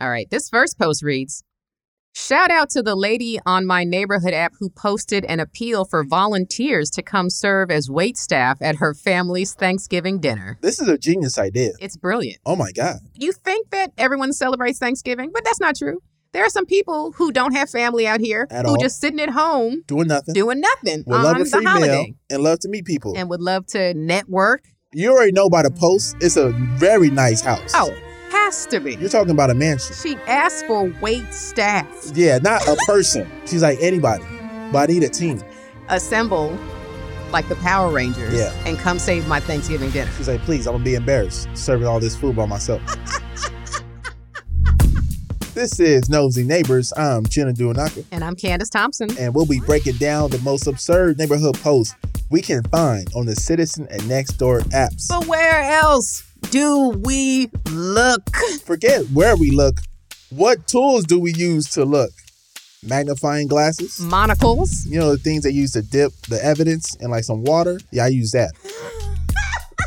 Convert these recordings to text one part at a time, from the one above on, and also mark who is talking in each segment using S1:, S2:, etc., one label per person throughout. S1: All right. This first post reads Shout out to the lady on my neighborhood app who posted an appeal for volunteers to come serve as wait staff at her family's Thanksgiving dinner.
S2: This is a genius idea.
S1: It's brilliant.
S2: Oh my God.
S1: You think that everyone celebrates Thanksgiving, but that's not true. There are some people who don't have family out here
S2: At
S1: who
S2: all.
S1: just sitting at home
S2: Doing nothing.
S1: doing nothing
S2: Would love
S1: on
S2: a
S1: the
S2: free meal
S1: holiday
S2: and love to meet people.
S1: and would love to network.
S2: you already know by the post, it's a very nice house.
S1: Mm-hmm. Oh, has to be.
S2: You're talking about a mansion.
S1: She asked for wait staff.
S2: Yeah, not a person. She's like anybody, but I need a team.
S1: Assemble like the Power Rangers
S2: Yeah.
S1: and come save my Thanksgiving dinner.
S2: She's like, please, I'm gonna be embarrassed serving all this food by myself. this is Nosy Neighbors. I'm Jenna Duanaka,
S1: And I'm Candace Thompson.
S2: and we'll be breaking down the most absurd neighborhood posts we can find on the Citizen and Nextdoor apps.
S1: But where else do we look?
S2: Forget where we look. What tools do we use to look? Magnifying glasses?
S1: Mm. Monocles.
S2: You know, the things they use to dip the evidence in like some water? Yeah, I use that.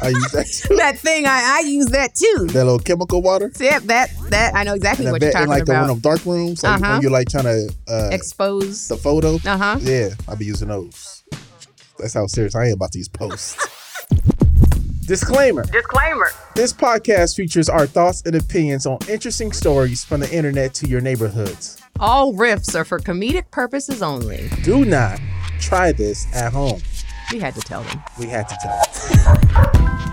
S2: I use that too.
S1: That thing I, I use that too.
S2: That little chemical water?
S1: Yeah, that that I know exactly
S2: And I
S1: what you're
S2: bet in
S1: talking
S2: like the one
S1: about.
S2: of them dark rooms, like
S1: Uh-huh.
S2: when you're like trying to uh,
S1: Expose.
S2: the photo.
S1: Uh huh.
S2: Yeah, I'll be using those. That's how serious I am about these posts. Disclaimer
S1: Disclaimer.
S2: This podcast features our thoughts and opinions on interesting stories from the internet to your neighborhoods.
S1: All riffs are for comedic purposes only.
S2: Do not try this at home.
S1: We had to tell them.
S2: We had to tell. you.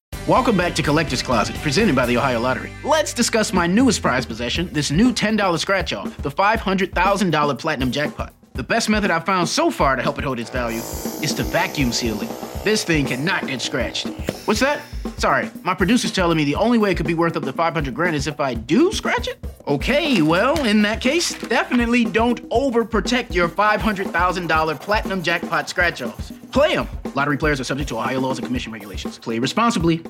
S3: Welcome back to Collector's Closet, presented by the Ohio Lottery. Let's discuss my newest prize possession, this new $10 scratch off, the $500,000 Platinum Jackpot. The best method I've found so far to help it hold its value is to vacuum seal it. This thing cannot get scratched. What's that? Sorry, my producer's telling me the only way it could be worth up to 500 grand is if I do scratch it? Okay, well, in that case, definitely don't overprotect your $500,000 Platinum Jackpot scratch offs. Play 'em. Lottery players are subject to Ohio laws and commission regulations. Play responsibly.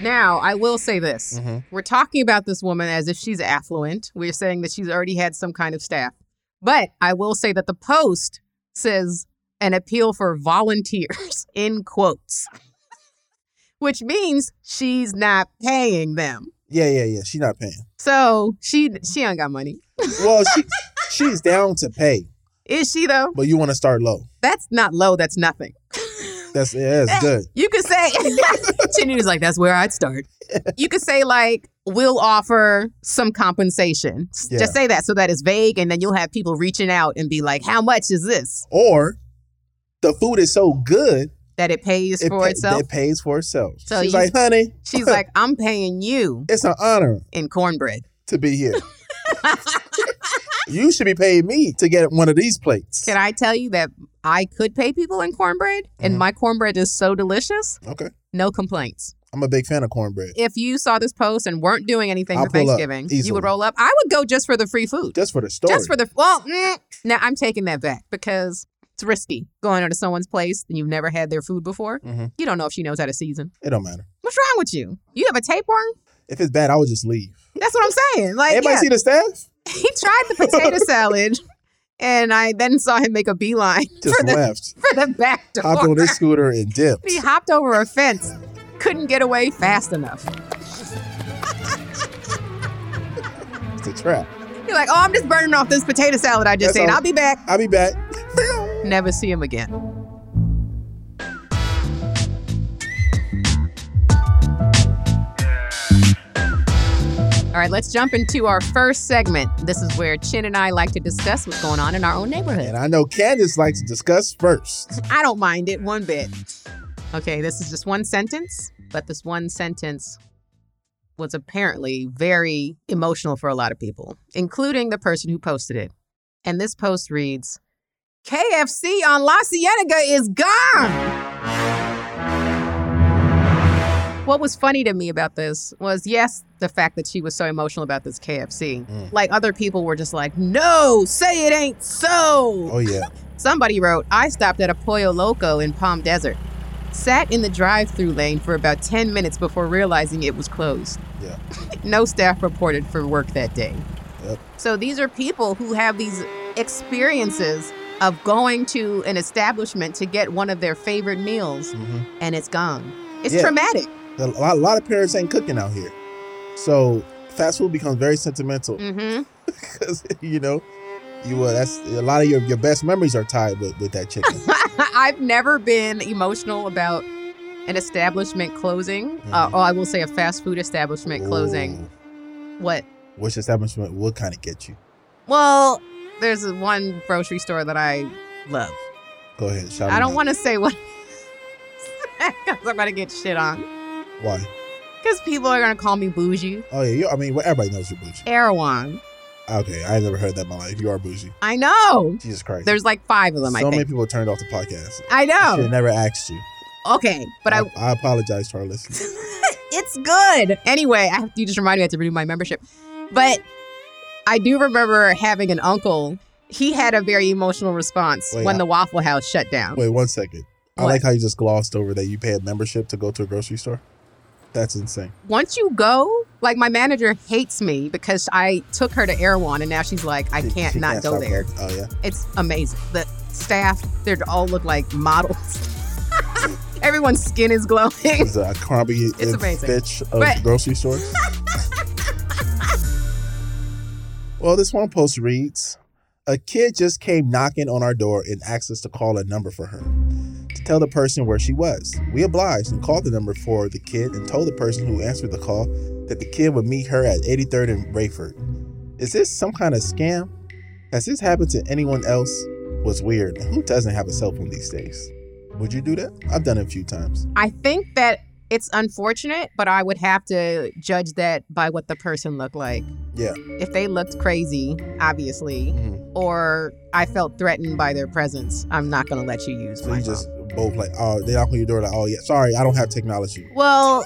S1: Now, I will say this. We're talking about this woman as if she's affluent. We're saying that she's already had some kind of staff. But I will say that the post says an appeal for volunteers in quotes, which means she's not paying them.
S2: Yeah, yeah, yeah. She's not paying.
S1: So she she ain't got money.
S2: Well, she she's down to pay,
S1: Is she though?
S2: but you want to start low.
S1: That's not low. That's nothing.
S2: That's yeah, that's good.
S1: You could say Chinita's like that's where I'd start. You could say like we'll offer some compensation. S-
S2: Yeah.
S1: Just say that so that it's vague, and then you'll have people reaching out and be like, "How much is this?"
S2: Or the food is so good
S1: That it pays
S2: it,
S1: for
S2: pa-
S1: itself.
S2: it pays for itself.
S1: So
S2: she's
S1: you-
S2: like, honey,
S1: She's like, "I'm paying you
S2: it's an honor
S1: in cornbread."
S2: to be here. you should be paying me to get one of these plates.
S1: Can I tell you that I could pay people in cornbread,
S2: Mm-hmm.
S1: and my cornbread is so delicious.
S2: okay,
S1: No complaints.
S2: I'm a big fan of cornbread.
S1: If you saw this post and weren't doing anything
S2: I'll
S1: for
S2: pull up
S1: Thanksgiving, you
S2: easily.
S1: would roll up. I would go just for the free food.
S2: Just for the story.
S1: Just for the well, mm, now I'm taking that back because it's risky going into someone's place and you've never had their food before.
S2: Mhm.
S1: You don't know if she knows how to season.
S2: it don't matter.
S1: What's wrong with you? You have a tapeworm?
S2: If it's bad, I would just leave.
S1: That's what I'm saying. Like
S2: Everybody
S1: yeah.
S2: see the staff?
S1: he tried the potato salad, and I then saw him make a beeline
S2: Just
S1: for the
S2: left.
S1: for the back door.
S2: Hopped on this scooter and dipped.
S1: He hopped over a fence. Couldn't get away fast enough.
S2: It's a trap.
S1: You're like, oh, I'm just burning off this potato salad I just
S2: That's
S1: ate.
S2: all-
S1: I'll be back.
S2: I'll be back.
S1: never see him again. All right, let's jump into our first segment. This is where Chin and I like to discuss what's going on in our own neighborhood.
S2: And I know Candace likes to discuss first.
S1: I don't mind it one bit. Okay, this is just one sentence, but this one sentence was apparently very emotional for a lot of people, including the person who posted it. And this post reads KFC on La Cienega is gone. What was funny to me about this was, yes, the fact that she was so emotional about this KFC.
S2: Mm.
S1: Like other people were just like, no, say it ain't so.
S2: Oh yeah.
S1: Somebody wrote, I stopped at a Pollo Loco in Palm Desert. Sat in the drive through lane for about 10 minutes before realizing it was closed.
S2: Yeah.
S1: no staff reported for work that day.
S2: Yep.
S1: So these are people who have these experiences of going to an establishment to get one of their favorite meals
S2: hmm
S1: and it's gone. It's
S2: Yeah.
S1: traumatic.
S2: A lot, a lot of parents ain't cooking out here, so fast food becomes very sentimental
S1: Mm-hmm.
S2: because you know you uh, that's a lot of your, your best memories are tied with, with that chicken.
S1: I've never been emotional about an establishment closing. Uh,
S2: Mhm.
S1: oh, I will say a fast food establishment closing. What?
S2: Ooh. Which establishment would kind of get you?
S1: Well, there's one grocery store that I love.
S2: Go ahead. Shout
S1: I
S2: them
S1: don't
S2: out.
S1: want to say what because I'm gonna get shit on.
S2: Why?
S1: Because people are gonna call me bougie.
S2: Oh yeah. You, I mean, well, everybody knows you're bougie.
S1: Erewhon.
S2: Okay, I ain't never heard that in my life. You are bougie.
S1: I know.
S2: Jesus Christ.
S1: There's like five of
S2: so
S1: them. I
S2: many
S1: think.
S2: people turned off the podcast.
S1: I
S2: I should
S1: know.
S2: never asked you.
S1: Okay, but I.
S2: I apologize to our listeners.
S1: it's good. Anyway, I have, you just reminded me I have to renew my membership. But I do remember having an uncle. He had a very emotional response
S2: Wait,
S1: when
S2: I-
S1: the Waffle House shut down.
S2: Wait one second. I
S1: What?
S2: like how you just glossed over that you pay a membership to go to a grocery store. That's insane.
S1: once you go, like my manager hates me because I took her to Erewhon and now she's like, I
S2: She-
S1: can't
S2: she
S1: not go
S2: stop
S1: there.
S2: going- Oh yeah.
S1: It's amazing. The staff, they all look like models. Everyone's skin is glowing.
S2: It's a crumbly
S1: It's amazing.
S2: bitch of
S1: But-
S2: grocery stores. well, this one post reads A kid just came knocking on our door and asked us to call a number for her to tell the person where she was. We obliged and called the number for the kid and told the person who answered the call that the kid would meet her at 83rd and Rayford. Is this some kind of scam? Has this happened to anyone else? Was weird. Who doesn't have a cell phone these days? Would you do that? I've done it a few times.
S1: I think that it's unfortunate, but I would have to judge that by what the person looked like.
S2: Yeah.
S1: If they looked crazy, obviously,
S2: Mhm.
S1: or I felt threatened by their presence, I'm not going to let you use
S2: So
S1: my
S2: you
S1: phone.
S2: just both like, oh, they knock on your door like, oh yeah, sorry, I don't have technology.
S1: Well,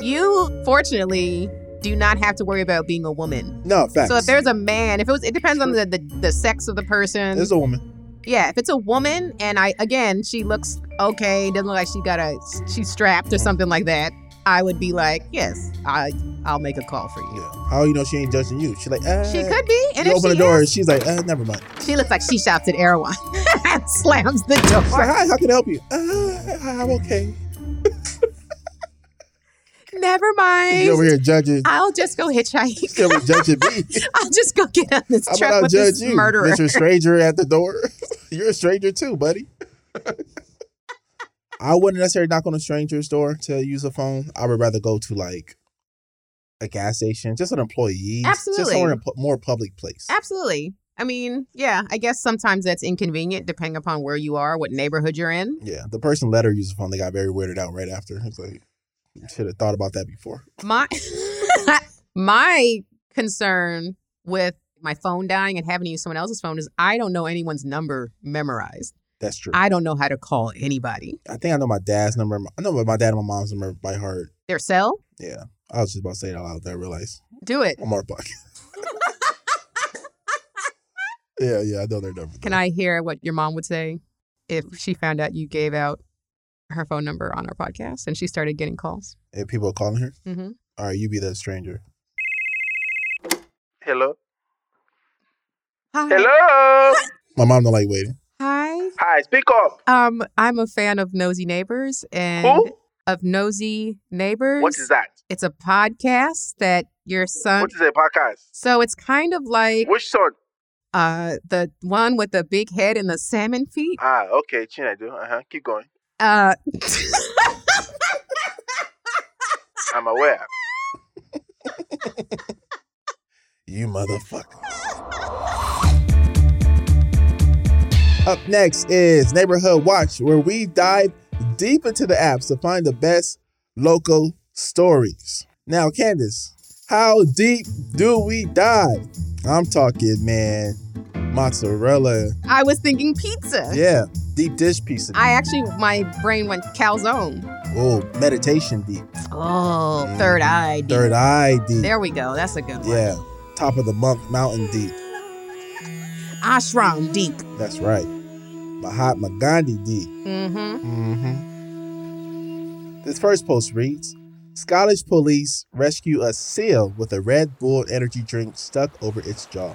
S1: you fortunately do not have to worry about being a woman.
S2: No, facts.
S1: So if there's a man, if it was, it depends on the the, the sex of the person.
S2: there's a woman,
S1: yeah, if it's a woman, and I again, she looks okay, doesn't look like she got a she's strapped or something like that. I would be like, yes, I I'll make a call for you.
S2: yeah. How you know she ain't judging you? She like, eh.
S1: She could be, and
S2: You
S1: if
S2: open
S1: she
S2: the door, and she's like, eh, never mind.
S1: is, she looks like she shops at Erewhon and slams the
S2: She's
S1: door.
S2: like, hi, how can I help you? Uh, I'm okay.
S1: Never mind.
S2: You over here judging.
S1: I'll just go hitchhike.
S2: She over here judging me.
S1: I'll just go get on this
S2: I'm
S1: truck
S2: gonna
S1: with
S2: judge
S1: this
S2: you,
S1: murderer.
S2: Mr. Stranger at the door. You're a stranger too, buddy. I wouldn't necessarily knock on a stranger's door to use a phone. I would rather go to like a gas station, just an employee, just
S1: Absolutely.
S2: somewhere in a pu- more public place.
S1: Absolutely. I mean, yeah, I guess sometimes that's inconvenient depending upon where you are, what neighborhood you're in.
S2: Yeah, the person let her use the phone. They got very weirded out right after. It's like should have thought about that before.
S1: My my concern with my phone dying and having to use someone else's phone is I don't know anyone's number memorized.
S2: That's true. I,
S1: I don't know how to call anybody.
S2: think I know my dad's number. I know my dad and my mom's number by heart.
S1: Their cell?
S2: Yeah, I was just about to say it out loud. Then I realized
S1: Do it.
S2: I'm our buck. yeah, yeah, I know their number.
S1: Can I hear what your mom would say if she found out you gave out her phone number on our podcast and she started getting calls?
S2: If people are calling her,
S1: hmm
S2: all right, you be that stranger.
S4: Hello.
S1: Hi.
S4: Hello.
S2: My mom don't like waiting.
S1: Hi.
S4: Hi, speak up.
S1: Um, I'm a fan of Nosy Neighbors and
S4: Who?
S1: of Nosy Neighbors.
S4: What is that?
S1: It's a podcast that your son.
S4: What is a podcast?
S1: So it's kind of like
S4: Which son?
S1: uh the one with the big head and the salmon feet.
S4: Ah, okay, Chinedu. Uh huh. Keep going.
S1: Uh,
S4: I'm aware.
S2: You motherfucker. Up next is Neighborhood Watch, where we dive deep into the apps to find the best local stories. Now, Candace, how deep do we dive? I'm talking, man, mozzarella.
S1: I was thinking pizza.
S2: Yeah, deep dish pizza.
S1: I actually, my brain went calzone.
S2: Oh, meditation deep,
S1: Oh, third eye. deep.
S2: third eye deep.
S1: There we go. That's a good one.
S2: Yeah, top of the monk mountain deep.
S1: Ashram deep.
S2: That's right. Mahatma Gandhi deep.
S1: Mm-hmm.
S2: Mm-hmm. This first post reads Scottish police rescue a seal with a Red Bull energy drink stuck over its jaw.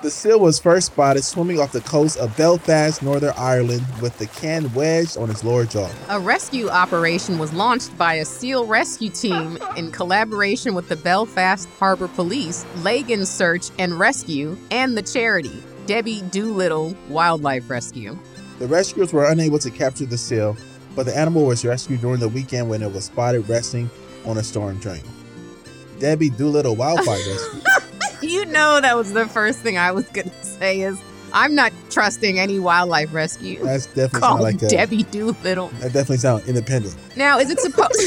S2: The seal was first spotted swimming off the coast of Belfast, Northern Ireland, with the can wedged on its lower jaw.
S1: A rescue operation was launched by a SEAL rescue team in collaboration with the Belfast Harbor Police, Lagan Search and Rescue, and the charity, Debbie Doolittle Wildlife Rescue.
S2: The rescuers were unable to capture the seal, but the animal was rescued during the weekend when it was spotted resting on a storm drain. Debbie Doolittle Wildfire Rescue.
S1: You know, that was the first thing I was going to say is I'm not trusting any wildlife rescue.
S2: That's definitely
S1: Call
S2: sound like a, that
S1: Debbie Doolittle.
S2: definitely sound independent.
S1: Now, is it supposed...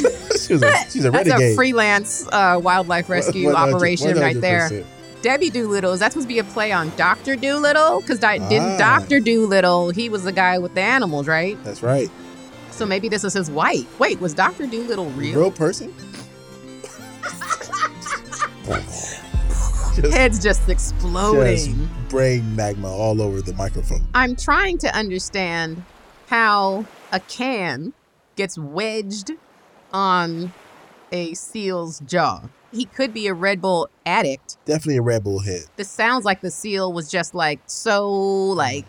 S2: she was a, she's a
S1: That's
S2: renegade.
S1: a freelance uh, wildlife rescue
S2: One- one hundred-
S1: operation right there.
S2: 100%.
S1: Debbie Doolittle. Is that supposed to be a play on Doctor Doolittle? Because
S2: Ah.
S1: didn't Doctor Doolittle? He was the guy with the animals, right?
S2: That's right.
S1: So maybe this is his wife. Wait, was Doctor Doolittle real?
S2: Real person? just,
S1: Head's just exploding.
S2: just brain magma all over the microphone.
S1: I'm trying to understand how a can gets wedged on a seal's jaw. He could be a Red Bull addict.
S2: Definitely a Red Bull hit.
S1: This sounds like the seal was just like so
S2: Mm-hmm.
S1: like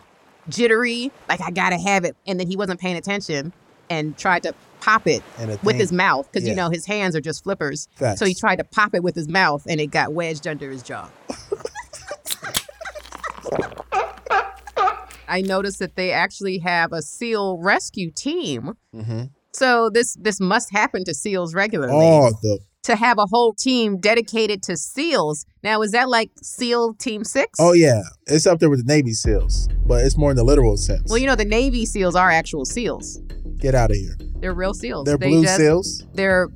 S1: jittery, like I gotta have it, and then he wasn't paying attention and tried to pop it
S2: And a
S1: with
S2: thing-
S1: his mouth because
S2: Yeah.
S1: you know his hands are just flippers.
S2: Facts.
S1: So he tried to pop it with his mouth and it got wedged under his jaw. I noticed that they actually have a seal rescue team.
S2: Mhm.
S1: So this this must happen to seals regularly
S2: Oh, the
S1: to have a whole team dedicated to seals. Now is that like seal team 6?
S2: oh yeah, it's up there with the Navy SEALs, but it's more in the literal sense.
S1: Well, you know the Navy seals are actual seals.
S2: Get out of here.
S1: They're real seals.
S2: They're
S1: They
S2: blue
S1: just-
S2: SEALs.
S1: They're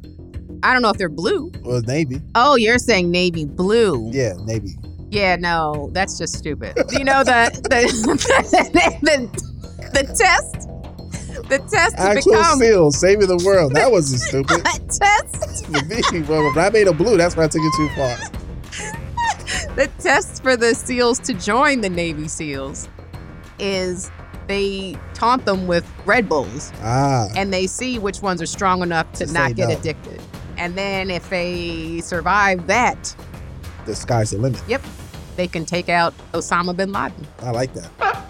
S1: I don't know if they're blue.
S2: Well, Navy.
S1: Oh, you're saying navy blue.
S2: Yeah, Navy.
S1: Yeah, no, that's just stupid. You know the the the, the, test, the test to
S2: Actual
S1: become
S2: SEALs saving the world. That wasn't stupid.
S1: a test,
S2: For me, bro, but I made a blue. That's why I took it too far.
S1: the test for the SEALs to join the Navy SEALs is they taunt them with Red Bulls
S2: Ah,
S1: and they see which ones are strong enough to
S2: To say
S1: not get
S2: no.
S1: addicted. And then if they survive that,
S2: the sky's the limit.
S1: yep, they can take out Osama bin Laden.
S2: I like that.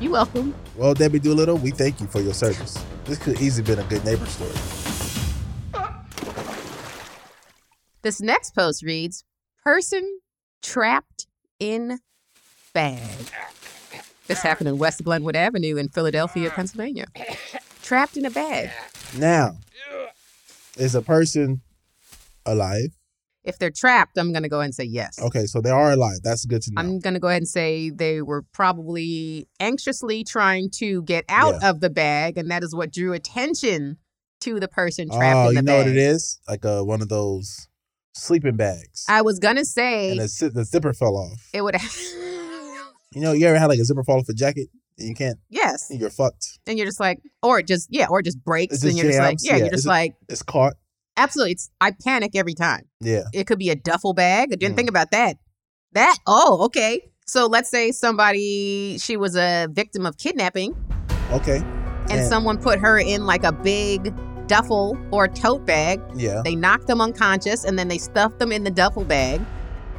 S1: You welcome.
S2: Well, Debbie Doolittle, we thank you for your service. This could easily been a good neighbor story.
S1: This next post reads Person trapped in bag. This happened in West Glenwood Avenue in Philadelphia, Pennsylvania. Trapped in a bag.
S2: Now, is a person alive?
S1: If they're trapped, I'm going to go ahead and say yes.
S2: Okay, so they are alive. That's good to know.
S1: I'm going to go ahead and say they were probably anxiously trying to get out
S2: Yeah.
S1: of the bag, and that is what drew attention to the person trapped
S2: oh,
S1: in the
S2: you know
S1: bag.
S2: what it is? Like uh, one of those sleeping bags,
S1: I was going to say
S2: and the, zi- the zipper fell off.
S1: it would.
S2: You know, you ever had like a zipper fall off a jacket, and you can't.
S1: yes.
S2: You're fucked.
S1: And you're just like, or it just, yeah, or it just breaks,
S2: It's
S1: and
S2: just
S1: you're just like,
S2: jams,
S1: yeah,
S2: yeah,
S1: you're
S2: it's
S1: just
S2: a-
S1: like,
S2: It's caught.
S1: Absolutely. It's I panic every time.
S2: Yeah.
S1: It could be a duffel bag. I didn't
S2: Mm.
S1: think about that. That oh, okay. So let's say somebody she was a victim of kidnapping
S2: Okay.
S1: and
S2: And-
S1: someone put her in like a big duffel or tote bag.
S2: Yeah.
S1: They knocked them unconscious and then they stuffed them in the duffel bag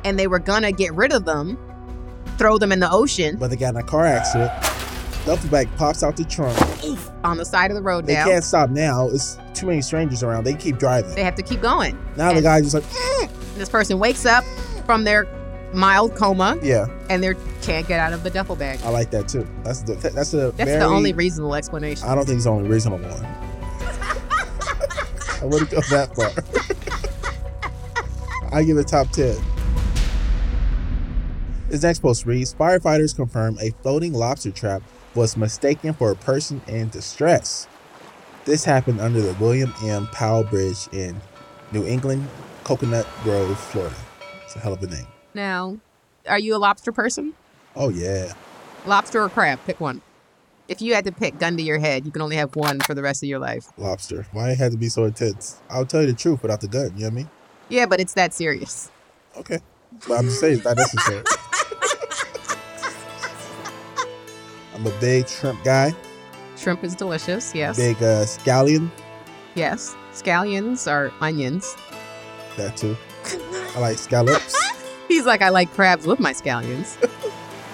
S1: and they were gonna get rid of them, throw them in the ocean
S2: But they got in a car accident. Duffel bag pops out the trunk.
S1: on the side of the road
S2: They
S1: now.
S2: can't stop now. It's too many strangers around. They keep driving.
S1: They have to keep going.
S2: now the
S1: and-
S2: guy's just like,
S1: This person wakes up from their mild coma
S2: yeah,
S1: and they can't get out of the duffel bag.
S2: I like that too. That's the that's a
S1: That's
S2: very,
S1: the only reasonable explanation.
S2: I don't think it's the only reasonable one. I wouldn't go that far. I give it top 10. This next post reads Firefighters confirm a floating lobster trap was mistaken for a person in distress. This happened under the William M. Powell Bridge in New England, Coconut Grove, Florida. It's a hell of a name.
S1: Now, are you a lobster person?
S2: Oh, yeah.
S1: Lobster or crab? Pick one. If you had to pick, gun to your head, you can only have one for the rest of your life.
S2: Lobster. Why it had to be so intense? I'll tell you the truth without the gun, you know what I mean?
S1: Yeah, but it's that serious.
S2: Okay. But I'm just saying it's not necessary. I'm a big shrimp guy.
S1: Shrimp is delicious. Yes.
S2: Big uh, scallion.
S1: Yes. Scallions are onions.
S2: That too. I like scallops.
S1: He's like, I like crabs with my scallions.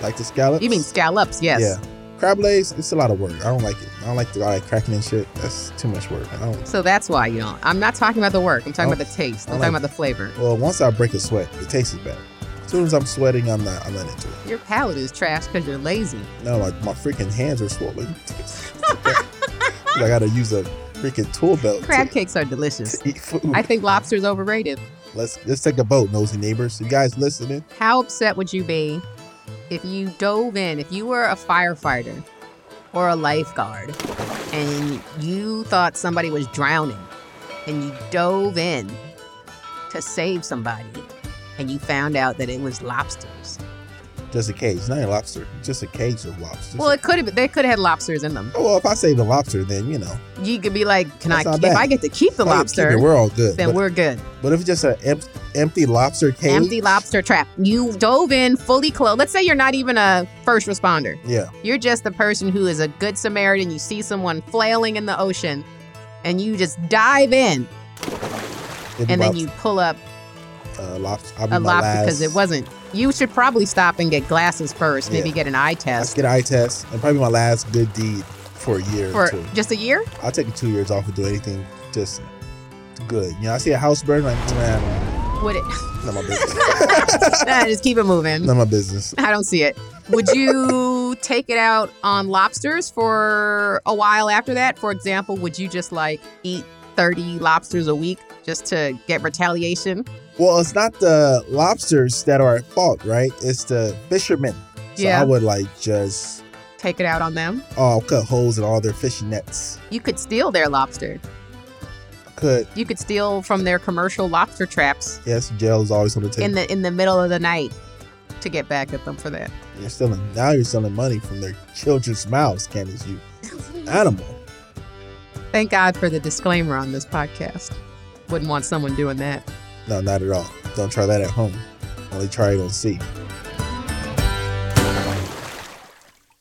S2: like the scallops.
S1: You mean scallops? Yes.
S2: Yeah. Crab legs, it's a lot of work. I don't like it. I don't like the like cracking and shit. That's too much work. I don't.
S1: So that's why you don't. I'm not talking about the work. I'm talking
S2: Oh,
S1: about the taste. I'm
S2: I
S1: talking
S2: like-
S1: about the flavor.
S2: Well, once I break a sweat, it tastes bad. As soon as I'm sweating, I'm not. I'm not into it.
S1: Your palate is trash because you're lazy.
S2: No, like my freaking hands are swollen. I gotta use a freaking tool belt
S1: Crab
S2: to
S1: cakes are delicious.
S2: eat food.
S1: I think lobster's overrated.
S2: let's let's take a boat, nosy neighbors. You guys listening?
S1: How upset would you be if you dove in, if you were a firefighter or a lifeguard and you thought somebody was drowning and you dove in to save somebody and you found out that it was lobsters?
S2: Just a cage, not a lobster. Just a cage of lobsters.
S1: Well, it could have they could have had lobsters in them.
S2: oh, well, if I save a lobster, then you know,
S1: You could be like, "Can I
S2: That's not
S1: keep,
S2: bad.
S1: if I get to keep the
S2: Oh, yeah, keep
S1: lobster,
S2: it, we're all good.
S1: then
S2: but,
S1: we're good."
S2: but if it's just an em- empty lobster cage,
S1: Empty lobster trap. You dove in fully clothed. Let's say you're not even a first responder.
S2: Yeah,
S1: You're just the person who is a good Samaritan. You see someone flailing in the ocean and you just dive in
S2: it'd be
S1: and then
S2: lobster-
S1: you pull up
S2: uh, lobster. I'll be
S1: a
S2: my
S1: lobster because
S2: last-
S1: it wasn't. You should probably stop and get glasses first, maybe
S2: Yeah.
S1: get an eye
S2: Let's
S1: test
S2: get an eye test and probably my last good deed for a year
S1: for
S2: or two.
S1: just a year.
S2: I'll take two years off and do anything just good. You know, I see a house burn, like man,
S1: Would it?
S2: not my business.
S1: nah, just keep it moving.
S2: not my business.
S1: I don't see it. Would you take it out on lobsters for a while after that? For example, would you just like eat 30 lobsters a week just to get retaliation?
S2: Well, it's not the lobsters that are at fault, right? It's the fishermen. So
S1: Yeah.
S2: I would like just
S1: Take it out on them?
S2: oh, I'll cut holes in all their fishing nets.
S1: You could steal their lobster.
S2: I could
S1: You could steal from their commercial lobster traps
S2: yes, jail's always on the table.
S1: in the in the middle of the night to get back at them for that.
S2: you're stealing now. You're stealing money from their children's mouths, Candace. You animal.
S1: Thank God for the disclaimer on this podcast. Wouldn't want someone doing that.
S2: No, not at all. Don't try that at home. Only try it on sea.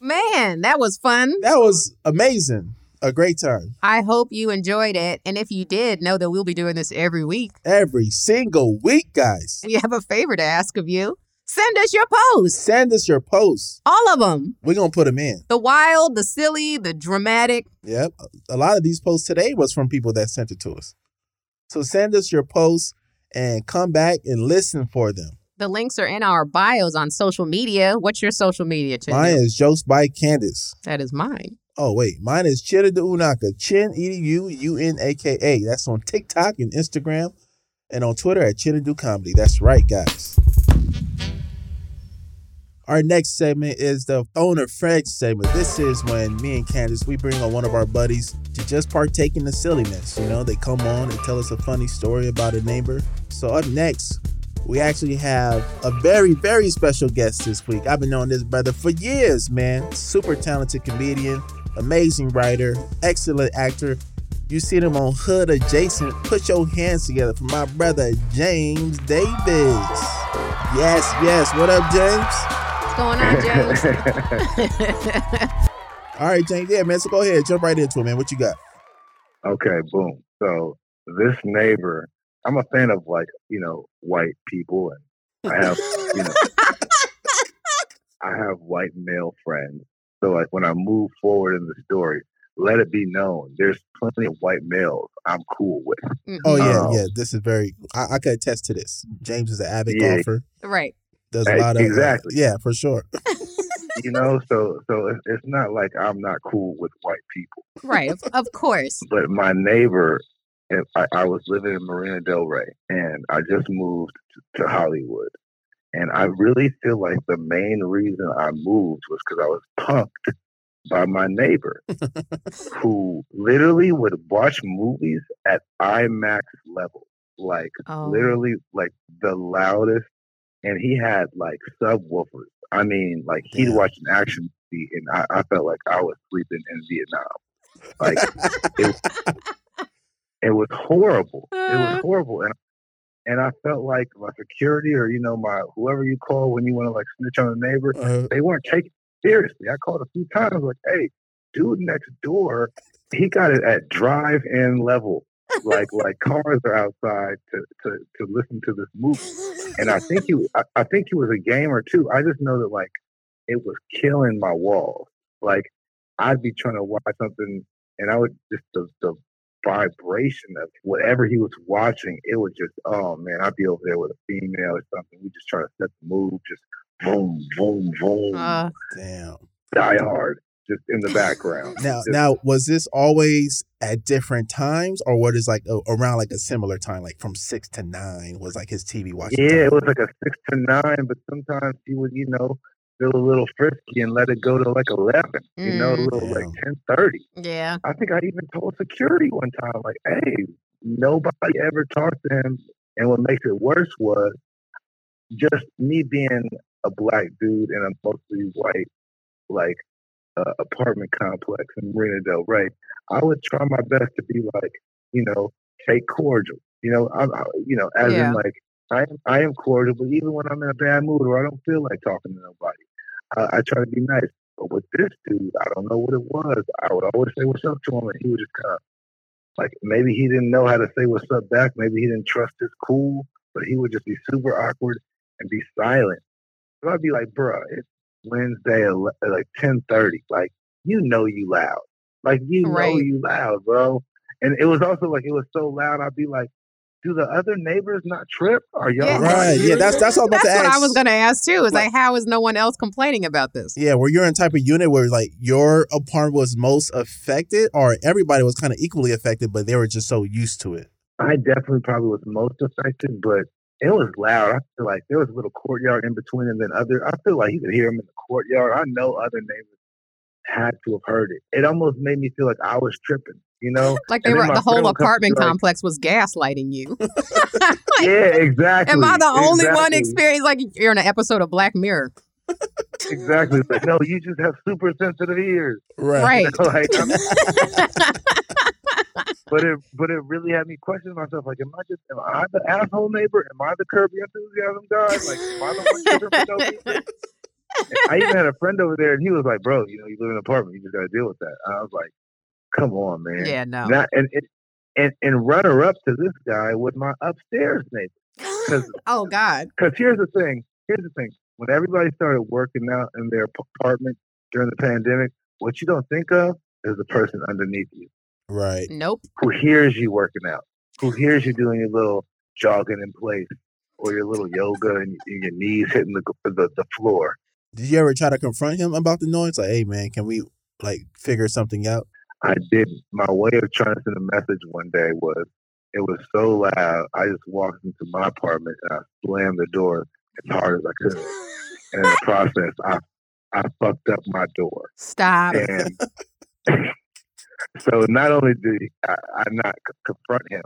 S1: Man, that was fun.
S2: That was amazing. A great time.
S1: I hope you enjoyed it. And if you did, know that we'll be doing this every week.
S2: every single week, guys.
S1: We have a favor to ask of you. Send us your posts,
S2: Send us your posts.
S1: all of them.
S2: We're gonna put them in.
S1: The wild, the silly, the dramatic.
S2: Yep. A lot of these posts today was from people that sent it to us. So send us your posts and come back and listen for them.
S1: The links are in our bios on social media. What's your social media, Chindu?
S2: Mine is Jokes by Candace.
S1: That is mine.
S2: Oh wait, mine is Chida de Unaka. Chin E D U U N A K A. That's on TikTok and Instagram and on Twitter at Chida Do Comedy. That's right, guys. Our next segment is the phone a friend segment. This is when me and Candace we bring on one of our buddies to just partake in the silliness. You know, they come on and tell us a funny story about a neighbor. So up next, we actually have a very, very special guest this week. I've been knowing this brother for years, man. Super talented comedian, amazing writer, excellent actor. You see them on Hood Adjacent. Put your hands together for my brother, James Davis. Yes, yes. What up, James?
S1: What's going on, James?
S2: All right, James. Yeah, man. So go ahead. Jump right into it, man. What you got?
S5: Okay, boom. So this neighbor, I'm a fan of like, you know, white people and I have, you know, I have white male friends. So like when I move forward in the story, let it be known there's plenty of white males I'm cool with.
S1: Mhm.
S2: Oh, yeah,
S5: Oh.
S2: yeah. This is very, I, I could attest to this. James is an avid
S5: Yeah.
S2: golfer.
S1: Right.
S2: Does a
S5: Hey,
S2: lot of,
S5: exactly.
S2: yeah, for sure.
S5: You know, so so it- it's not like I'm not cool with white people.
S1: Right. Of, of course.
S5: But my neighbor, and I, I was living in Marina Del Rey, and I just moved to, to Hollywood. And I really feel like the main reason I moved was because I was punked by my neighbor, who literally would watch movies at IMAX level. like
S1: Oh.
S5: literally like the loudest, and he had like subwoofers. I mean, like he'd
S2: Damn.
S5: watch an action movie, and I, I felt like I was sleeping in Vietnam. Like it, was- it was horrible. It was
S1: Uh.
S5: horrible, and and I felt like my security or you know my whoever you call when you want to like snitch on a neighbor,
S2: Uh,
S5: they weren't taking it seriously. I called a few times, like, hey, dude next door, he got it at drive in level. Like like cars are outside to, to, to listen to this movie. And I think he I, I think he was a gamer too. I just know that like it was killing my walls. Like I'd be trying to watch something and I would just the, the vibration of whatever he was watching, it was just oh man, I'd be over there with a female or something. We just try to set the mood, just boom, boom, boom,
S1: Uh,
S2: damn.
S5: die hard, just in the background.
S2: Now,
S5: Just-
S2: now, was this always at different times, or what is like a, around like a similar time, like from six to nine, was like his TV watching?
S5: yeah,
S2: time?
S5: it was like a six to nine, but sometimes he would, you know, feel a little frisky and let it go to like eleven, you know, a
S1: Mm.
S5: little like
S2: Yeah.
S5: ten thirty.
S1: yeah.
S5: I think I even told security one time, like, hey, nobody ever talked to him. And what makes it worse was just me being a black dude in a mostly white, like, uh, apartment complex in Marina Del Rey. I would try my best to be like, you know, fake cordial. You know, I'm, I, you know, as
S1: Yeah.
S5: in like, I am, I am cordial, but even when I'm in a bad mood or I don't feel like talking to nobody, I, I try to be nice. But with this dude, I don't know what it was. I would always say what's up to him, and he would just kind of like maybe he didn't know how to say what's up back. Maybe he didn't trust his cool, but he would just be super awkward and be silent. So I'd be like, bruh, it's Wednesday, ele- like ten thirty. Like you know you loud. Like you know
S1: Right.
S5: you loud, bro. And it was also like it was so loud. I'd be like, do the other neighbors not trip? Are y'all
S1: Yeah.
S2: right. Yeah, that's that's all I'm about
S1: That's
S2: to ask.
S1: what I was going to ask too. Is like, how is no one else complaining about this?
S2: Yeah, where you're in type of unit where like your apartment was most affected, or everybody was kind of equally affected, but they were just so used to it.
S5: I definitely probably was most affected, but it was loud. I feel like there was a little courtyard in between, and then other. I feel like you could hear them in the courtyard. I know other neighbors had to have heard it. It almost made me feel like I was tripping. You know?
S1: Like they
S5: And then
S1: were
S5: my
S1: the
S5: friend
S1: whole
S5: would come to
S1: apartment
S5: be like-
S1: complex was gaslighting you.
S5: yeah, exactly.
S1: Am I the only one
S5: exactly.
S1: experience like you're in an episode of Black Mirror?
S5: Exactly. It's Like, no, you just have super sensitive ears.
S1: Right.
S5: like, I'm- but it, but it really had me question myself. Like, am I just, am I the asshole neighbor? Am I the Curb Your Enthusiasm guy? Like, am I the one tripping for no reason? I even had a friend over there, and he was like, "Bro, you know, you live in an apartment. You just got to deal with that." I was like, "Come on, man."
S1: yeah, no.
S5: Not- and, and and and runner up to this guy was my upstairs neighbor. Because
S1: oh God.
S5: here's the thing. Here's the thing. When everybody started working out in their p- apartment during the pandemic, what you don't think of is the person underneath you
S2: Right.
S1: Nope.
S5: who hears you working out, who hears you doing your little jogging in place or your little yoga and, and your knees hitting the, the the floor.
S2: Did you ever try to confront him about the noise? Like, hey man, can we like figure something out?
S5: I didn't. My way of trying to send a message one day was it was so loud. I just walked into my apartment and I slammed the door as hard as I could. And in the process, I I fucked up my door.
S1: Stop.
S5: And so not only did I, I not c- confront him,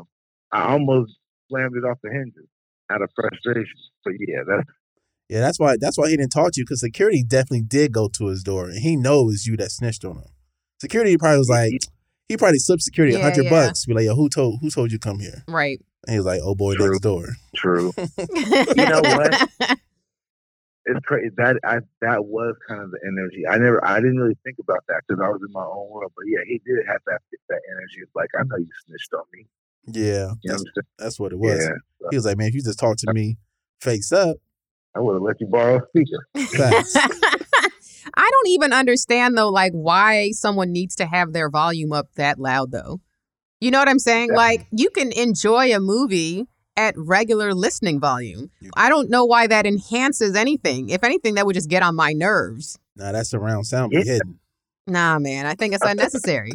S5: I almost slammed it off the hinges out of frustration. But yeah, that's
S2: Yeah, that's why that's why he didn't talk to you because security definitely did go to his door and he knows you that snitched on him. Security probably was like, he probably slipped security a
S1: Yeah,
S2: hundred
S1: yeah.
S2: bucks. Be like, yo, who told who told you come here?
S1: Right.
S2: And he was like, oh boy,
S5: True.
S2: next door.
S5: true.
S1: You
S5: know what? it's crazy that I that was kind of the energy. I never I didn't really think about that because I was in my own world. But yeah, he did have that that energy. It's like I know you snitched on me.
S2: Yeah,
S5: You know
S2: that's,
S5: what I'm
S2: that's what it
S5: saying?
S2: was.
S5: Yeah,
S2: He was like, man, if you just talk to me face up,
S5: I would have let you borrow a speaker.
S2: facts.
S1: I don't even understand though, like why someone needs to have their volume up that loud though. You know what I'm saying?
S5: Yeah.
S1: Like you can enjoy a movie at regular listening volume.
S2: You-
S1: I don't know why that enhances anything. If anything, that would just get on my nerves.
S2: nah, that's around sound be
S5: Yeah.
S2: hidden.
S1: Nah, man, I think it's unnecessary.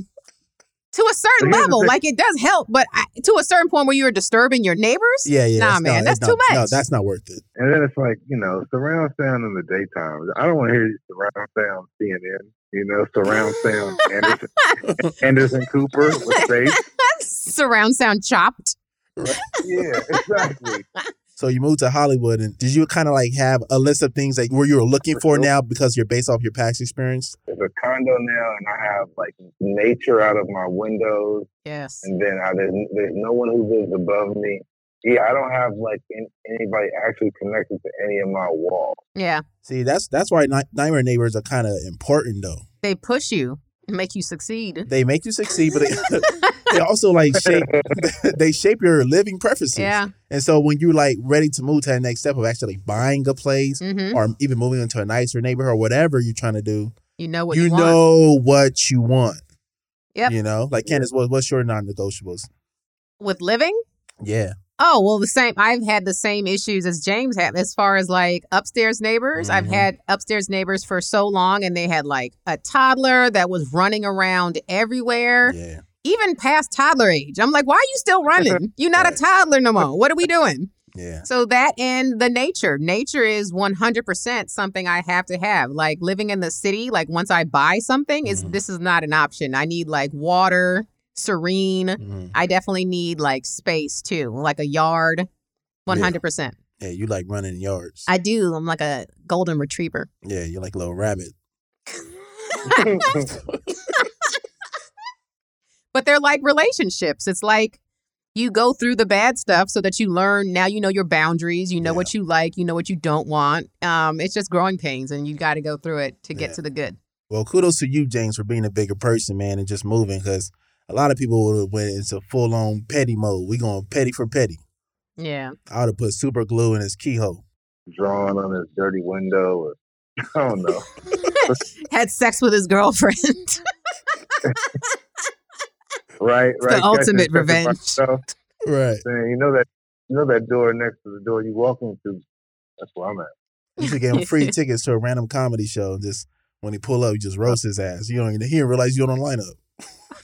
S1: to a certain
S5: But here's the
S1: level,
S5: thing.
S1: like it does help, but I, to a certain point where you are disturbing your neighbors,
S2: Yeah, yeah.
S1: Nah,
S2: it's
S1: man,
S2: not-
S1: that's
S2: it's
S1: too
S2: not- No,
S1: much.
S2: that's not worth it.
S5: And then it's like you know surround sound in the daytime. I don't want to hear you surround sound CNN. You know surround sound Anderson, Anderson Cooper with bass.
S1: surround sound chopped.
S5: yeah, exactly.
S2: So you moved to Hollywood, and did you kind of like have a list of things that where you were looking for
S5: Nope.
S2: now because you're based off your past experience?
S5: There's a condo now, and I have like nature out of my windows,
S1: Yes.
S5: and then I, there's, there's no one who lives above me. Yeah, I don't have like in, anybody actually connected to any of my walls.
S1: Yeah.
S2: See, that's that's why Ni- nightmare neighbors are kind of important though.
S1: They push you and make you succeed.
S2: They make you succeed, but they, they also like shape they shape your living preferences.
S1: Yeah.
S2: And so when you're like ready to move to that next step of actually buying a place
S1: hmm
S2: or even moving into a nicer neighborhood or whatever you're trying to do,
S1: You know what
S2: you,
S1: you, want.
S2: know what you want.
S1: Yep.
S2: You know, like Candace, what, what's your non-negotiables?
S1: With living?
S2: Yeah.
S1: Oh, well, the same. I've had the same issues as James had as far as like upstairs neighbors. I've
S2: Mhm.
S1: had upstairs neighbors for so long, and they had like a toddler that was running around everywhere,
S2: Yeah.
S1: even past toddler age. I'm like, why are you still running? You're not a
S2: Right.
S1: toddler no more. What are we doing?
S2: Yeah.
S1: So that and the nature. Nature is 100% something I have to have. Like living in the city, like once I buy something, is
S2: Mhm.
S1: this is not an option. I need like water, serene.
S2: Mhm.
S1: I definitely need like space too, like a yard. 100%.
S2: Yeah, you like running yards.
S1: I do. I'm like a golden retriever.
S2: yeah, you're like a little rabbit.
S1: But they're like relationships. It's like you go through the bad stuff so that you learn. Now you know your boundaries. You know
S2: Yeah.
S1: what you like. You know what you don't want. Um, it's just growing pains, and you got to go through it to get
S2: Yeah.
S1: to the good.
S2: Well, kudos to you, James, for being a bigger person, man, and just moving because a lot of people would have went into full on petty mode. We going petty for petty.
S1: Yeah.
S2: I would have put super glue in his keyhole.
S5: Drawing on this dirty window, or I don't know.
S1: Had sex with his girlfriend.
S5: Right,
S1: the
S5: right. catching-
S1: ultimate
S5: catching my
S1: revenge.
S5: stuff.
S2: Right.
S5: Man, you know that you know that door next to the door you walk into. That's where I'm at.
S2: You should give him free tickets to a random comedy show and just when he pull up, you just roast his ass. You don't even he didn't realize you on the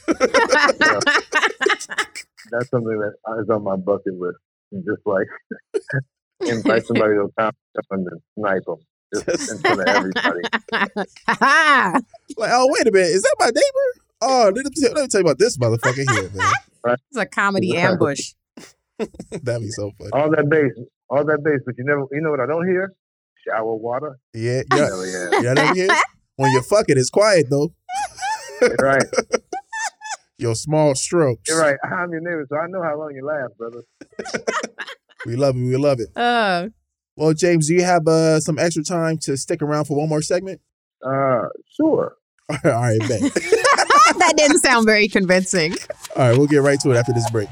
S2: lineup.
S5: That's something that is on my bucket list. And just like invite somebody to come and then snipe them just in front of everybody.
S1: Ha-ha.
S2: Like, oh wait a minute, is that my neighbor? Oh, let me, tell, let me tell you about this motherfucker here, man.
S1: it's a comedy
S5: Exactly.
S1: ambush.
S2: That'd be so funny.
S5: All that bass, all that bass, but you never, you know what I don't hear? Shower water.
S2: Yeah, yeah.
S5: Hell yeah,
S2: You know what I mean? When you're fucking, it's quiet though.
S5: you're right,
S2: Your small strokes.
S5: you're right. I'm your neighbor, so I know how long you last, brother.
S2: We love it. We love it.
S1: Uh,
S2: Well, James, do you have uh, some extra time to stick around for one more segment?
S5: Uh, sure.
S2: All right, bet.
S1: that didn't sound very convincing.
S2: All right, we'll get right to it after this break.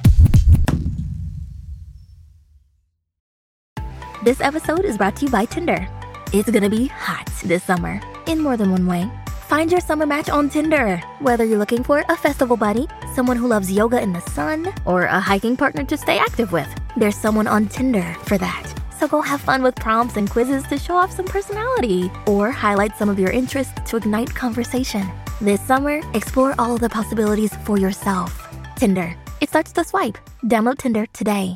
S6: This episode is brought to you by Tinder. It's gonna be hot this summer, in more than one way. Find your summer match on Tinder. Whether you're looking for a festival buddy, someone who loves yoga in the sun, or a hiking partner to stay active with, there's someone on Tinder for that. So go have fun with prompts and quizzes to show off some personality, or highlight some of your interests to ignite conversation. This summer, explore all the possibilities for yourself. Tinder. It starts to swipe. Download Tinder today.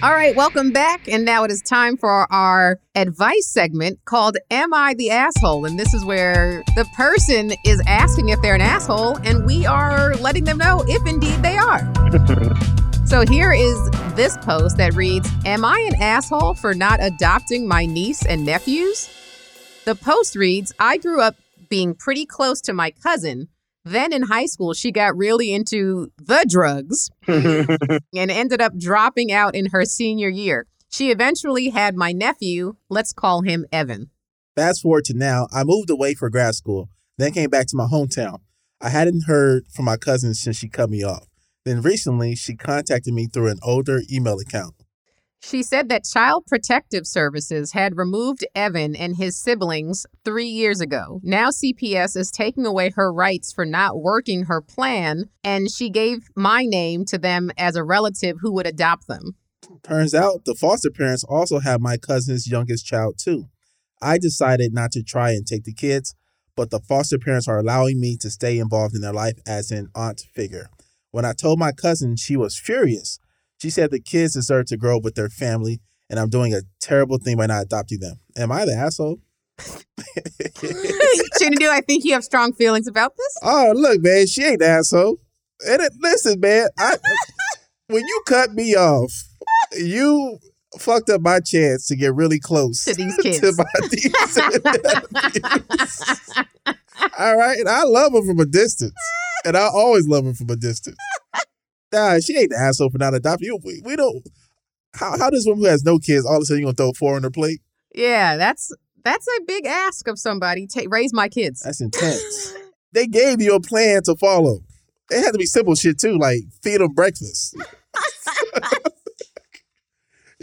S1: All right, welcome back. And now it is time for our advice segment called Am I the Asshole? And this is where the person is asking if they're an asshole, and we are letting them know if indeed they are. so here is this post that reads Am I an asshole for not adopting my niece and nephews? The post reads I grew up being pretty close to my cousin. Then in high school, she got really into the drugs and ended up dropping out in her senior year. She eventually had my nephew, let's call him Evan.
S2: Fast forward to now, I moved away for grad school, then came back to my hometown. I hadn't heard from my cousin since she cut me off. Then recently, she contacted me through an older email account.
S1: She said that Child Protective Services had removed Evan and his siblings three years ago. Now CPS is taking away her rights for not working her plan, and she gave my name to them as a relative who would adopt them.
S2: Turns out the foster parents also have my cousin's youngest child, too. I decided not to try and take the kids, but the foster parents are allowing me to stay involved in their life as an aunt figure. When I told my cousin, she was furious. She said the kids deserve to grow up with their family, and I'm doing a terrible thing by not adopting them. Am I the asshole?
S1: Chinadu, I think you have strong feelings about this.
S2: Oh, look, man, she ain't the asshole. And it, listen, man, I, when you cut me off, you fucked up my chance to get really close
S1: To these kids.
S2: to my nieces. All right, and I love them from a distance, and I always love them from a distance. Nah, she ain't the asshole for not adopting you. We, we don't. How how does woman who has no kids all of a sudden you gonna throw four on her plate?
S1: Yeah, that's that's a big ask of somebody. Ta raise my kids.
S2: That's intense. they gave you a plan to follow. It had to be simple shit too, like feed them breakfast.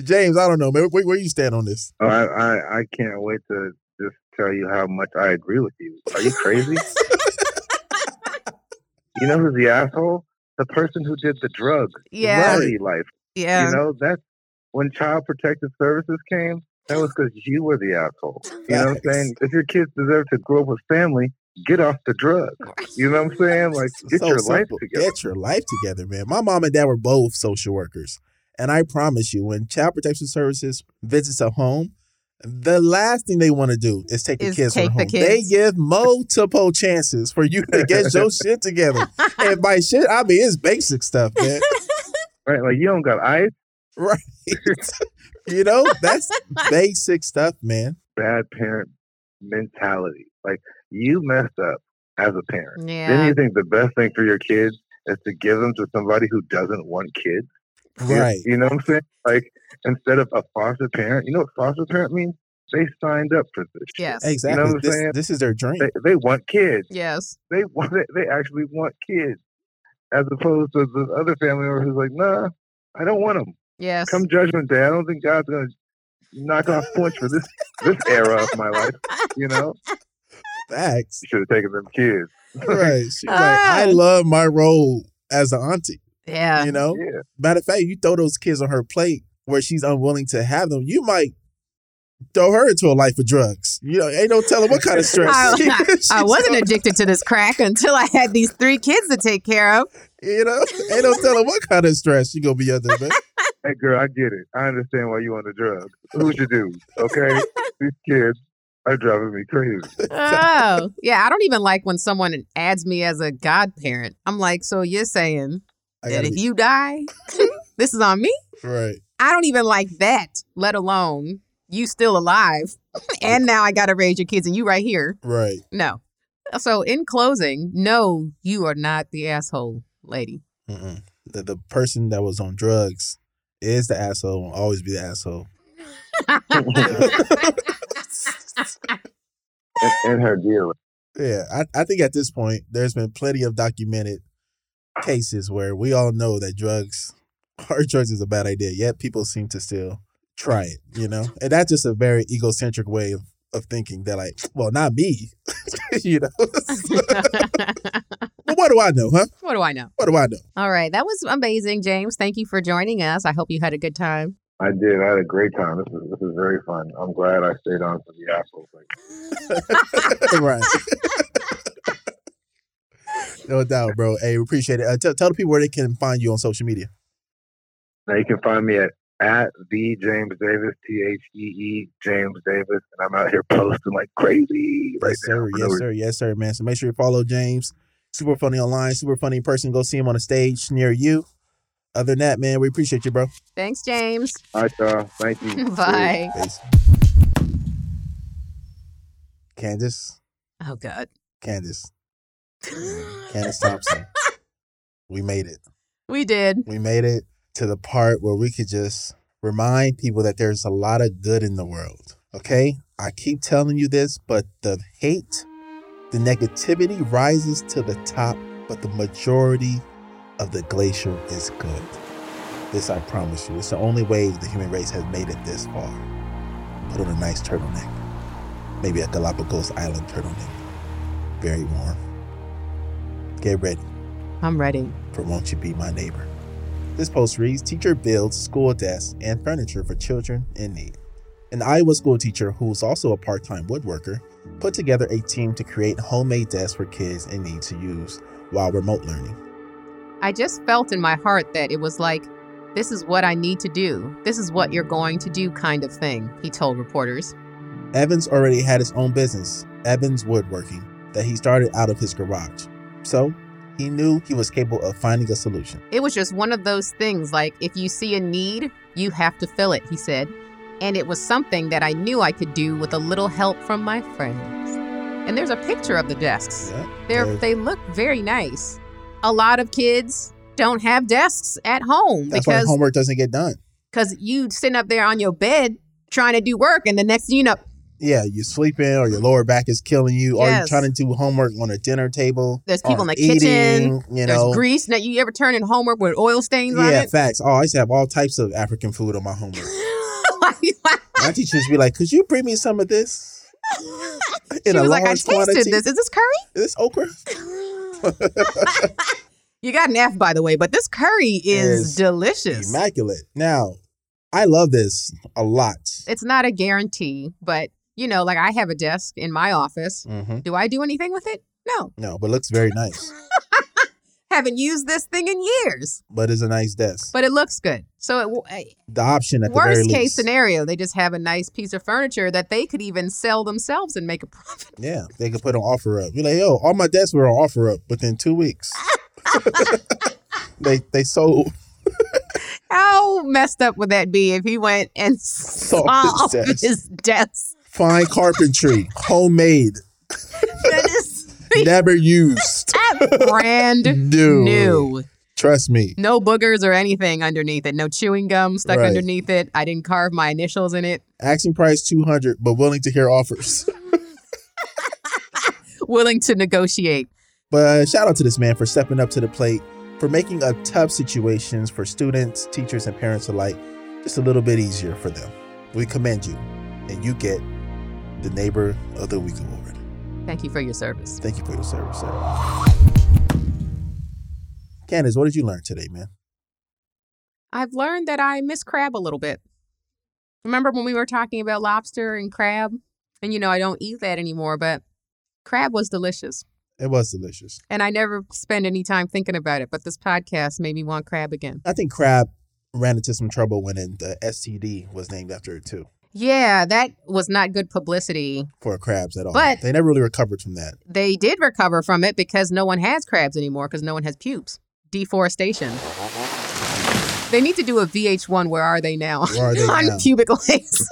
S2: James, I don't know, man. Where, where you stand on this?
S5: I, I I can't wait to just tell you how much I agree with you. Are you crazy? you know who's the asshole? The person who did the drug
S1: Yeah,
S2: Right.
S5: party life.
S1: yeah.
S5: You know that's when Child Protective Services came. That was because you were the asshole. You know what I'm saying? If your kids deserve to grow up with family, get off the drug. You know what I'm saying? Like get
S2: So
S5: your life
S2: simple.
S5: together.
S2: Get your life together, man. My mom and dad were both social workers. And I promise you, when Child Protection Services visits a home, the last thing they want to do is take the
S1: Is
S2: kids from
S1: take the
S2: home.
S1: kids.
S2: They give multiple chances for you to get your shit together. And by shit, I mean it's basic stuff, man.
S5: Right? Like you don't got eyes.
S2: Right. you know, that's basic stuff, man.
S5: Bad parent mentality. Like you messed up as a parent. Then
S1: Yeah.
S5: you think the best thing for your kids is to give them to somebody who doesn't want kids. You-
S2: Right.
S5: You know what I'm saying? Like instead of a foster parent, you know what foster parent means? They signed up for this. shit.
S1: Yes.
S2: Exactly.
S5: what I'm
S2: this,
S5: saying?
S2: this is their dream.
S5: They, they want kids.
S1: Yes.
S5: They want they, they actually want kids, as opposed to the other family member who's like, Nah, I don't want them.
S1: Yes.
S5: Come Judgment Day, I don't think God's gonna knock off points for this this era of my life. You know,
S2: Facts.
S5: should have taken them kids.
S2: Right. She's like,
S1: Ah.
S2: I love my role as an auntie,
S1: Yeah.
S2: you know?
S5: Yeah,
S2: Matter of fact, you throw those kids on her plate where she's unwilling to have them, you might throw her into a life of drugs. You know, ain't no telling what kind of stress.
S1: I-
S2: she-
S1: I
S2: she's
S1: wasn't
S2: on,
S1: addicted to this crack until I had these three kids to take care of.
S2: you know, ain't no telling what kind of stress she gonna be under. But
S5: hey girl, I get it. I understand why you on the drugs. Who's your dude? Okay, these kids are driving me crazy.
S1: Oh, yeah. I don't even like when someone adds me as a godparent. I'm like, so you're saying
S2: I
S1: that
S2: gotta
S1: if
S2: be
S1: you die, this is on me?
S2: right.
S1: I don't even like that, let alone you still alive. and now I got to raise your kids and you right here.
S2: Right.
S1: No. So, in closing, no, you are not the asshole, lady.
S2: Mm-mm. The the person that was on drugs is the asshole. Will always be the asshole.
S5: And, and her deal.
S2: Yeah, I, I think at this point there's been plenty of documented cases where we all know that drugs, hard drugs, is a bad idea. Yet people seem to still try it. You know, and that's just a very egocentric way of, of thinking. They're like, well, not me. you know, but what do I know, huh?
S1: what do I know?
S2: What do I know?
S1: All right. That was amazing, James. Thank you for joining us. I hope you had a good time.
S5: I did. I had a great time. This is this is very fun. I'm glad I stayed on for the assholes. Like,
S2: right. no doubt, bro. Hey, we appreciate it. Uh, tell tell the people where they can find you on social media.
S5: now you can find me at at the James Davis, T H E E James Davis, and I'm out here posting like crazy right
S2: Yes, sir.
S5: now.
S2: Yes, sir. Yes, sir, man. So make sure you follow James. Super funny online, super funny in person. Go see him on a stage near you. Other than that, man, we appreciate you, bro.
S1: Thanks, James.
S5: All right, y'all. uh, Thank you.
S1: Bye.
S2: Peace. Candace,
S1: Oh, God.
S2: Candace, Candace Thompson. we made it.
S1: We did.
S2: We made it to the part where we could just remind people that there's a lot of good in the world. Okay? I keep telling you this, but the hate, the negativity rises to the top, but the majority of the glacier is good. This I promise you, it's the only way the human race has made it this far. Put on a nice turtleneck. Maybe a Galapagos Island turtleneck. Very warm. Get ready
S1: I'm ready.
S2: for Won't You Be My Neighbor. This post reads Teacher builds school desks and furniture for children in need. An Iowa school teacher who's also a part time woodworker put together a team to create homemade desks for kids in need to use while remote learning.
S1: I just felt in my heart that it was like, this is what I need to do. This is what you're going to do, kind of thing, he told reporters.
S2: Evans already had his own business, Evans Woodworking, that he started out of his garage. So he knew he was capable of finding a solution.
S1: It was just one of those things like, if you see a need, you have to fill it, he said. And it was something that I knew I could do with a little help from my friends. And there's a picture of the desks.
S2: Yeah,
S1: They're,
S2: there's-
S1: they look very nice. A lot of kids don't have desks at home
S2: That's why
S1: because
S2: homework doesn't get done.
S1: cause you sitting up there on your bed trying to do work, and the next thing you know,
S2: Yeah, you're sleeping or your lower back is killing you, or you're
S1: Yes.
S2: trying to do homework on a dinner table.
S1: There's people
S2: or
S1: in the kitchen,
S2: You
S1: there's
S2: know,
S1: grease. Now you ever turn in homework with oil stains on
S2: yeah,
S1: it?
S2: facts. Oh, I used to have all types of African food on my homework. My teachers be like, "Could you bring me some of this?"
S1: she
S2: In a
S1: was like, "I
S2: large
S1: tasted this. Is this curry?
S2: Is this okra?
S1: You got an F, by the way, but this curry is,
S2: Is
S1: delicious.
S2: Immaculate. Now, I love this a lot.
S1: it's not a guarantee, but you know, like I have a desk in my office.
S2: hmm
S1: Do I do anything with it? No,
S2: No, but looks very nice.
S1: haven't used this thing in years,
S2: but it's a nice desk.
S1: but it looks good. So, it, w- eh,
S2: the option at the
S1: worst
S2: very
S1: case
S2: least.
S1: scenario, they just have a nice piece of furniture that they could even sell themselves and make a profit.
S2: Yeah, they could put on offer up. You're like, yo, all my desks were on offer up within two weeks. they they sold
S1: How messed up would that be if he went and saw
S2: Saw his
S1: off
S2: desk.
S1: his desk?
S2: fine carpentry, homemade,
S1: That is
S2: never used.
S1: brand
S2: Dude.
S1: new.
S2: Trust me.
S1: No boogers or anything underneath it. No chewing gum stuck
S2: Right.
S1: underneath it. I didn't carve my initials in it.
S2: Asking price two hundred, but willing to hear offers.
S1: Willing to negotiate.
S2: But uh, shout out to this man for stepping up to the plate, for making a tough situations for students, teachers, and parents alike just a little bit easier for them. We commend you, and you get the Neighbor of the Week award.
S1: Thank you for your service.
S2: Thank you for your service, sir. Candace, what did you learn today, man?
S1: I've learned that I miss crab a little bit. Remember when we were talking about lobster and crab? And you know, I don't eat that anymore, but crab was delicious.
S2: It was delicious.
S1: And I never spend any time thinking about it, but this podcast made me want crab again.
S2: I think crab ran into some trouble when it- the STD was named after it too
S1: Yeah, that was not good publicity.
S2: for crabs at all.
S1: But-
S2: they never really recovered from that.
S1: they did recover from it because no one has crabs anymore because no one has pubes. Deforestation. They need to do a VH1 Where Are They Now?
S2: Where are they
S1: on
S2: now?
S1: pubic lace.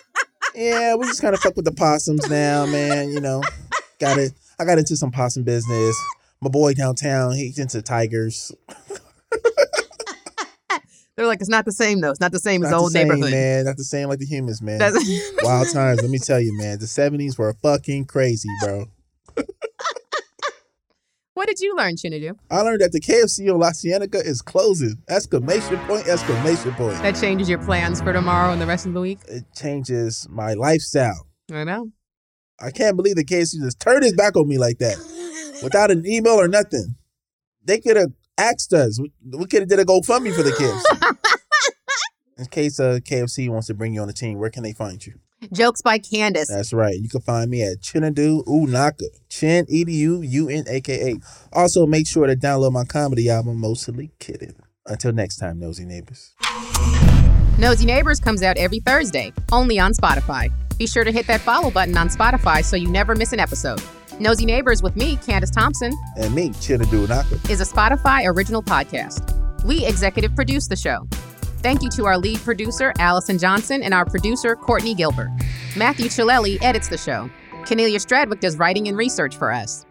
S2: yeah, we just kind of fuck with the possums now, man. You know, got it. I got into some possum business. My boy downtown, he's into tigers.
S1: They're like, it's not the same though. It's not the same as
S2: Not the
S1: old
S2: same,
S1: neighborhood.
S2: man. Not the same like the humans, man.
S1: That's-
S2: Wild times. Let me tell you, man. The seventies were fucking crazy, bro.
S1: what did you learn, Chinadu?
S2: I learned that the KFC on La Cienega is closing. Exclamation point! Exclamation point!
S1: That changes your plans for tomorrow and the rest of the week.
S2: It changes my lifestyle.
S1: I know.
S2: I can't believe the KFC just turned his back on me like that, without an email or nothing. They could have asked us. We, we could have did a GoFundMe for the KFC. In case uh, KFC wants to bring you on the team, where can they find you?
S1: Jokes by Candace.
S2: That's right. You can find me at Chinadu Unaka. Chin E D U U N A K A. Also, make sure to download my comedy album, Mostly Kidding. Until next time, nosy neighbors.
S1: Nosy Neighbors comes out every Thursday, only on Spotify. Be sure to hit that follow button on Spotify so you never miss an episode. Nosy Neighbors with me, Candace Thompson,
S2: and me, Chinadu Naka.
S1: is a Spotify original podcast. We executive produce the show. Thank you to our lead producer, Allison Johnson, and our producer, Courtney Gilbert. Matthew Chilelli edits the show. Cornelia Stradwick does writing and research for us.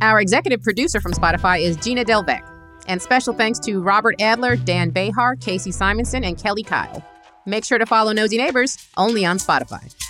S1: Our executive producer from Spotify is Gina Delvec. And special thanks to Robert Adler, Dan Behar, Casey Simonson, and Kelly Kyle. Make sure to follow Nosy Neighbors only on Spotify.